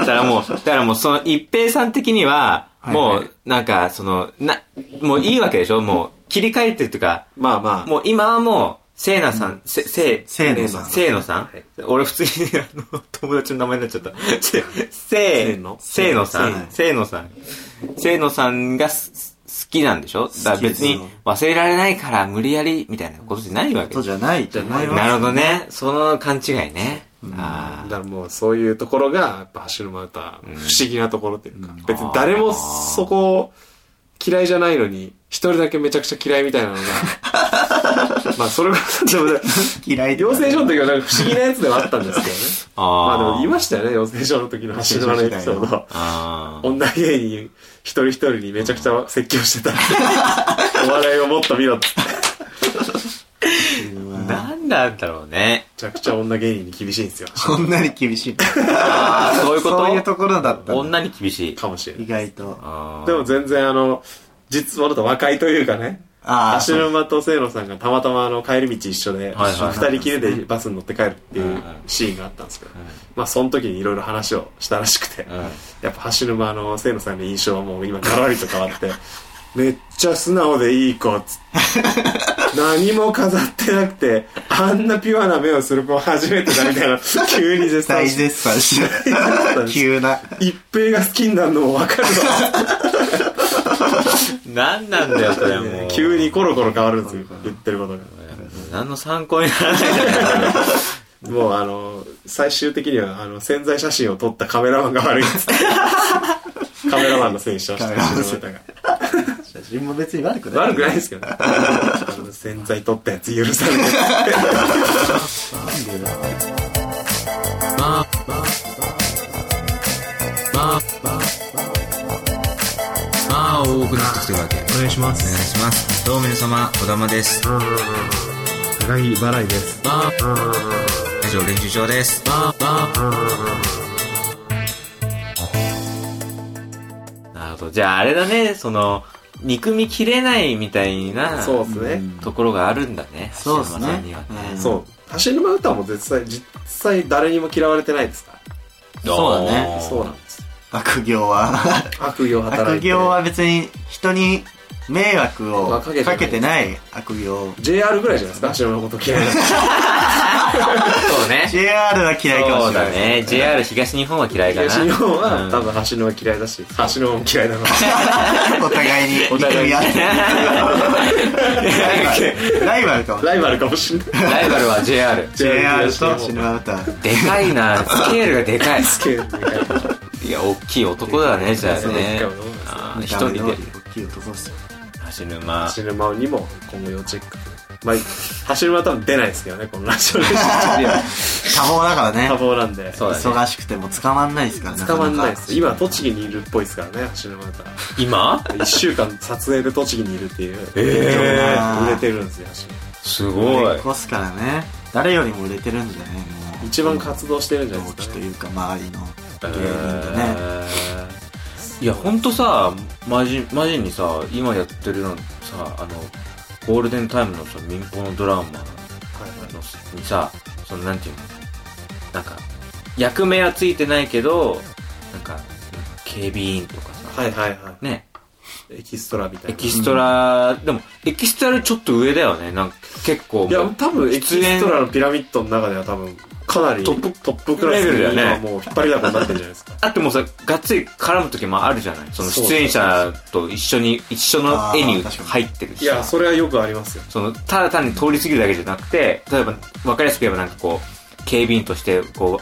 Speaker 2: だからもう、だからもうその一平さん的には、もう、なんか、その、な、もういいわけでしょもう、切り替えてっていうか、
Speaker 1: まあまあ。
Speaker 2: もう今はもう、せいなさん、せ、せい、
Speaker 3: せいのさん
Speaker 2: せいのさん
Speaker 1: はい
Speaker 2: 俺普通にあの友達の名前になっちゃった。せせ
Speaker 1: せ
Speaker 2: い
Speaker 1: いの
Speaker 2: せいのさ
Speaker 3: はい
Speaker 2: ん、せいのさん。せいのさんがす好きなんでしょだから別
Speaker 3: 好
Speaker 2: に
Speaker 3: きですよ
Speaker 2: 忘れられないから無理やりみたいなことじゃないわけ
Speaker 3: そうじゃないと思います。
Speaker 2: なるほどね。その勘違いね。あ
Speaker 1: だからもうそういうところが、やっぱ橋沼歌は不思議なところというか、別に誰もそこを嫌いじゃないのに、一人だけめちゃくちゃ嫌いみたい なのが、まあそれこそ、で もね
Speaker 3: 嫌い
Speaker 1: 養成所の時はなんか不思議なやつではあったんですけどね。
Speaker 2: あ。あ
Speaker 1: ま
Speaker 2: あ。
Speaker 1: あでも言いましたよね、養成所の時の橋沼のエピソー
Speaker 3: 養成所時
Speaker 1: ド。
Speaker 2: あー
Speaker 1: 女芸人一人一人にめちゃくちゃ説教 してた。お笑いをもっと見ろって。め
Speaker 2: なんなんだろうね。
Speaker 1: ちゃくちゃ女芸人に厳しいんですよ。
Speaker 3: そんなに厳しい。
Speaker 2: ああ、そういうこと
Speaker 3: そういうところだったの
Speaker 2: 女に厳しい。
Speaker 1: かもしれない。
Speaker 3: 意外と。
Speaker 2: あー
Speaker 1: でも全然あの、実はまだ和解というかね、
Speaker 3: ああ、
Speaker 1: 足沼と清野さんがたまたまあの帰り道一緒で、
Speaker 2: はいはい
Speaker 1: 二人きりでバスに乗って帰るっていうシーンがあったんですけど、まあその時にいろいろ話をしたらしくて、
Speaker 2: ん
Speaker 1: やっぱ橋沼の清野さんの印象はもう今ガラリと変わって、 めっちゃ素直でいい子っつって何も飾ってなくて、あんなピュアな目をする子初めてだみたいな、急に絶
Speaker 3: 大
Speaker 1: 賛して
Speaker 3: 絶賛し
Speaker 1: 賛
Speaker 3: て
Speaker 1: し
Speaker 3: 急な。
Speaker 1: 一平が好きになるのもわかるわ。
Speaker 2: なんなんだよ、それもう。
Speaker 1: 急にコロコロ変わるんですよ、言ってることが。
Speaker 2: 何の参考にならないじゃないか
Speaker 1: もうあの、最終的にはあの潜在写真を撮ったカメラマンが悪いんです。 カメラマンのせいにしました。
Speaker 3: カメラマンの
Speaker 1: 知
Speaker 3: せい
Speaker 1: らなかっ
Speaker 3: 写真も別に悪く
Speaker 1: た
Speaker 3: ない。
Speaker 1: 悪くないですけどね。あの潜在撮ったやつ許されない。
Speaker 2: まあ、多くなってきてるわけ。お願いします。お願いします。どうも皆様、小玉です。高木払いです。以上、練習場です。なるほど。じゃあ、あれだね、その、憎みきれないみたいな、
Speaker 1: そうですね。
Speaker 2: ところがあるんだね。
Speaker 3: そうっす
Speaker 2: 橋
Speaker 3: ね
Speaker 2: 沼さんにはね
Speaker 3: うん
Speaker 1: そう。橋沼歌も絶対、実際誰にも嫌われてないですから。
Speaker 3: そうだね
Speaker 1: そうなんです
Speaker 3: 悪行は
Speaker 1: 悪業働い
Speaker 3: 悪
Speaker 1: て
Speaker 3: 行は別に人に迷惑
Speaker 1: まあ
Speaker 3: を
Speaker 1: かけてない
Speaker 3: かけてない悪行
Speaker 1: JR ぐらいじゃないですか足のこと嫌いな
Speaker 2: そうね。
Speaker 3: JR は嫌いかも
Speaker 2: そう
Speaker 3: しれな
Speaker 2: だ
Speaker 3: い
Speaker 2: ね。JR 東日本は嫌いかな。
Speaker 1: 東日本は、
Speaker 2: うん
Speaker 1: 多分橋のは嫌いだし橋のも嫌いなの
Speaker 3: お互いに
Speaker 2: お互いに
Speaker 3: 憎み合ってるライバ ルかも
Speaker 1: ライバルかもしんない
Speaker 2: ライバルは JR。
Speaker 3: JR と
Speaker 1: 東
Speaker 3: 死
Speaker 1: 日
Speaker 3: ぬ
Speaker 1: 本
Speaker 3: また
Speaker 2: でかいな。スケールがでかい。
Speaker 1: スケールでかい
Speaker 2: いや、大きい男だね、じゃあ
Speaker 1: そう
Speaker 2: ね
Speaker 1: そうそう。
Speaker 2: あー一人で
Speaker 3: 大きい男っすよ
Speaker 2: 走る馬。
Speaker 1: 橋沼にも今後要チェックまあ橋沼は多分出ないですけどねこのラジオで知ってるよ
Speaker 3: 多忙だから
Speaker 1: 多
Speaker 3: ね
Speaker 1: 忙なんで
Speaker 2: そうだね。
Speaker 3: 忙しくても捕まんないですからね
Speaker 1: 捕まんないです今栃木にいるっぽいですからね橋沼は
Speaker 2: 今
Speaker 1: 1週間撮影で栃木にいるっていう
Speaker 2: え
Speaker 3: ー
Speaker 1: 売れてるんですよ橋沼
Speaker 2: す
Speaker 3: ご
Speaker 2: ごい
Speaker 3: い。すからね誰よりも売れてるんじゃねもう
Speaker 1: 一番活動してるんじゃない
Speaker 3: 同
Speaker 1: で
Speaker 3: 期
Speaker 1: すか
Speaker 3: と
Speaker 1: ね
Speaker 3: いうか周りの
Speaker 2: え
Speaker 3: 芸人でね
Speaker 2: ーいや、ほんとさ、マジ、マジにさ、今やってるのさ、あの、ゴールデンタイムのさ、民放のドラマのにさ、その、なんていうのなんか、役名はついてないけど、なんか、警備員とかさ、
Speaker 1: はいはいはいは
Speaker 2: ね、
Speaker 1: いエキストラみたい
Speaker 2: エ
Speaker 1: な
Speaker 2: キストラ、でも、エキストラよりちょっと上だよね、なんか、結構。
Speaker 1: いや多分エキ
Speaker 2: 出演
Speaker 1: ストラのピラミッドの中では多分かなり
Speaker 2: トップ
Speaker 1: トップクラス
Speaker 2: レベルだよね
Speaker 1: 今もう引っ張りだこになってるんじゃないですか
Speaker 2: あってもうさ、がっつり絡む時もあるじゃないその出演者と一緒に、一緒の絵に
Speaker 3: あー確かに
Speaker 2: 入ってるし
Speaker 1: い
Speaker 2: さ
Speaker 1: やそれはよくありますよ
Speaker 2: その、ただ単に通り過ぎるだけじゃなくて、例えば、わかりやすく言えばなんかこう、警備員として、こ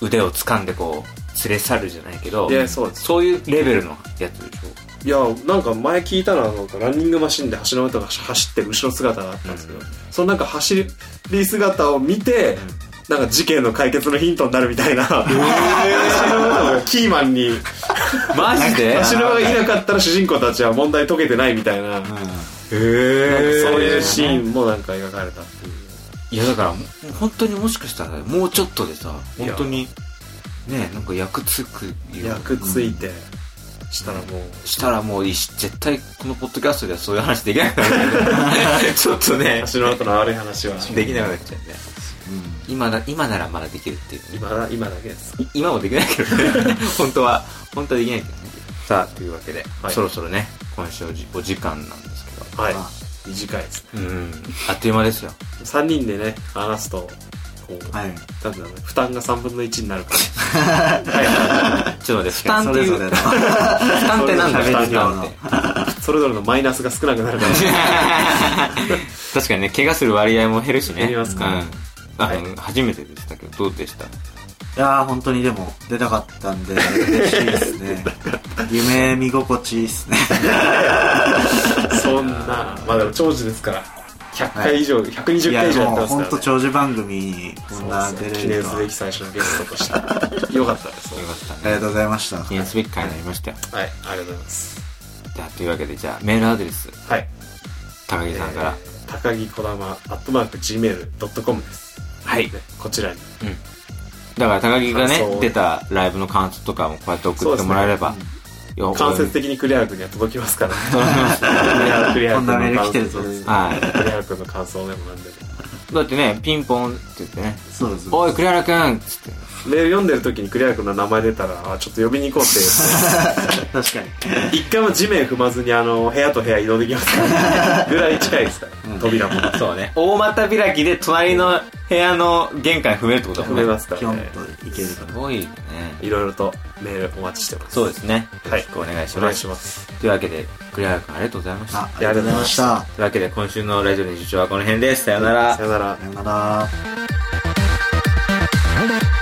Speaker 2: う、腕を掴んでこう、連れ去るじゃないけど
Speaker 1: い、やそうです
Speaker 2: そういうレベルのやつでしょ。
Speaker 1: いやなんか前聞いたのはなんかランニングマシンで橋の上とか走ってる後ろ姿があったんですけど、
Speaker 2: うん
Speaker 1: そのなんか走り姿を見て、なんか事件の解決のヒントになるみたいな、橋の上のキーマンに
Speaker 2: マジで
Speaker 3: なんか
Speaker 1: 橋の上がいなかったら主人公たちは問題解けてないみたいな、なんかそういうシーンもなんか描かれたっていう
Speaker 2: いやだからもう本当にもしかしたらもうちょっとでさ本当にねなんか役つくよ
Speaker 1: 役ついてしたらもう
Speaker 2: したらもういいし絶対このポッドキャストではそういう話できなくなる ちょっとね
Speaker 1: 橋の後の悪い話は
Speaker 2: できなくなっちゃうね
Speaker 3: うん
Speaker 2: 今だ今ならまだできるっていう
Speaker 1: 今だ今だけです
Speaker 2: い今もできないけどね本当は 本当はできないけどねさあというわけで、
Speaker 1: はい
Speaker 2: そろそろね今週おじお時間なんですけど
Speaker 1: はい
Speaker 3: あ
Speaker 1: 短いですね
Speaker 2: うんあっという間ですよ
Speaker 1: 3人でね話すとこう、
Speaker 3: はい
Speaker 1: なんだろうね負担が3分の1になるからは
Speaker 2: ちょっと待って負担っ
Speaker 3: そ
Speaker 2: て
Speaker 3: れ
Speaker 2: い
Speaker 3: ぞ
Speaker 2: う
Speaker 3: れの
Speaker 2: 負担ってなんだ
Speaker 1: それ
Speaker 2: 負
Speaker 1: ぞれの喋
Speaker 2: 担っ
Speaker 1: り方の
Speaker 2: て
Speaker 1: いそれぞれのマイナスが少なくなるから
Speaker 2: 確かにね怪我する割合も減るしね
Speaker 1: 減りますから
Speaker 2: うんあ
Speaker 1: はい
Speaker 2: うん初めてでしたけどどうでした
Speaker 3: いやー本当にでも出たかったんで嬉しいで すね夢見心地いいっすね
Speaker 1: そんなまあでも長寿ですから100回以上、120
Speaker 3: いや
Speaker 1: 回以上やって
Speaker 3: もう
Speaker 1: ますか
Speaker 3: 本
Speaker 1: ら、
Speaker 3: 当
Speaker 1: ね
Speaker 3: 長寿番組にこんな
Speaker 1: そう
Speaker 3: 出
Speaker 1: そう
Speaker 3: れ
Speaker 1: 記
Speaker 3: る
Speaker 1: 念
Speaker 3: とは
Speaker 1: すべき最初のゲストと してよかったです
Speaker 2: よかった
Speaker 3: ありがとうございました
Speaker 2: 記念すべき回になりましたよ
Speaker 1: はいありがとうございます
Speaker 2: じゃあというわけでじゃあメールアドレス
Speaker 1: はい
Speaker 2: 高木さんから、
Speaker 1: えー高木こだまアットマーク Gmail.com です、
Speaker 2: はい
Speaker 1: ねこちらに
Speaker 2: だから高木が
Speaker 1: 感想
Speaker 2: ね
Speaker 1: を
Speaker 2: 出たライブの感想とかもこうやって送ってもらえれば、いや
Speaker 1: 間接的にクリア君には届きます からねクリアクリア君の
Speaker 3: こんなメール来てる
Speaker 1: 感
Speaker 3: ぞ
Speaker 1: 想ク
Speaker 2: は
Speaker 1: リア君の感想でもなんでも
Speaker 2: いだってねピンポンって言ってね
Speaker 3: そうです
Speaker 2: 「おい栗原くん!」っつって
Speaker 1: メール読んでる時にクリア君の名前出たらあちょっと呼びに行こうって
Speaker 3: 確かに
Speaker 1: 一回も地面踏まずにあの部屋と部屋移動できますから、ぐらい近いですから、扉も
Speaker 2: そうね大股開きで隣の部屋の玄関踏めるってことだも
Speaker 1: 踏
Speaker 2: んね
Speaker 1: めますか
Speaker 3: ぴ
Speaker 1: ら
Speaker 3: ょん
Speaker 1: ね
Speaker 3: といけるか
Speaker 2: す
Speaker 3: ら
Speaker 2: ごいね
Speaker 1: いろいろとメールお待ちしてます
Speaker 2: そうですね
Speaker 1: は
Speaker 2: よろ
Speaker 1: い
Speaker 2: しくお願いし
Speaker 1: お
Speaker 2: ま
Speaker 1: 願い
Speaker 2: す
Speaker 1: します
Speaker 2: というわけで栗原くんありがとうございました
Speaker 3: あありがとうございました
Speaker 2: というわけで今週のラジオの受賞はこの辺ですさようなら
Speaker 1: さよなら
Speaker 3: さよなら
Speaker 4: 「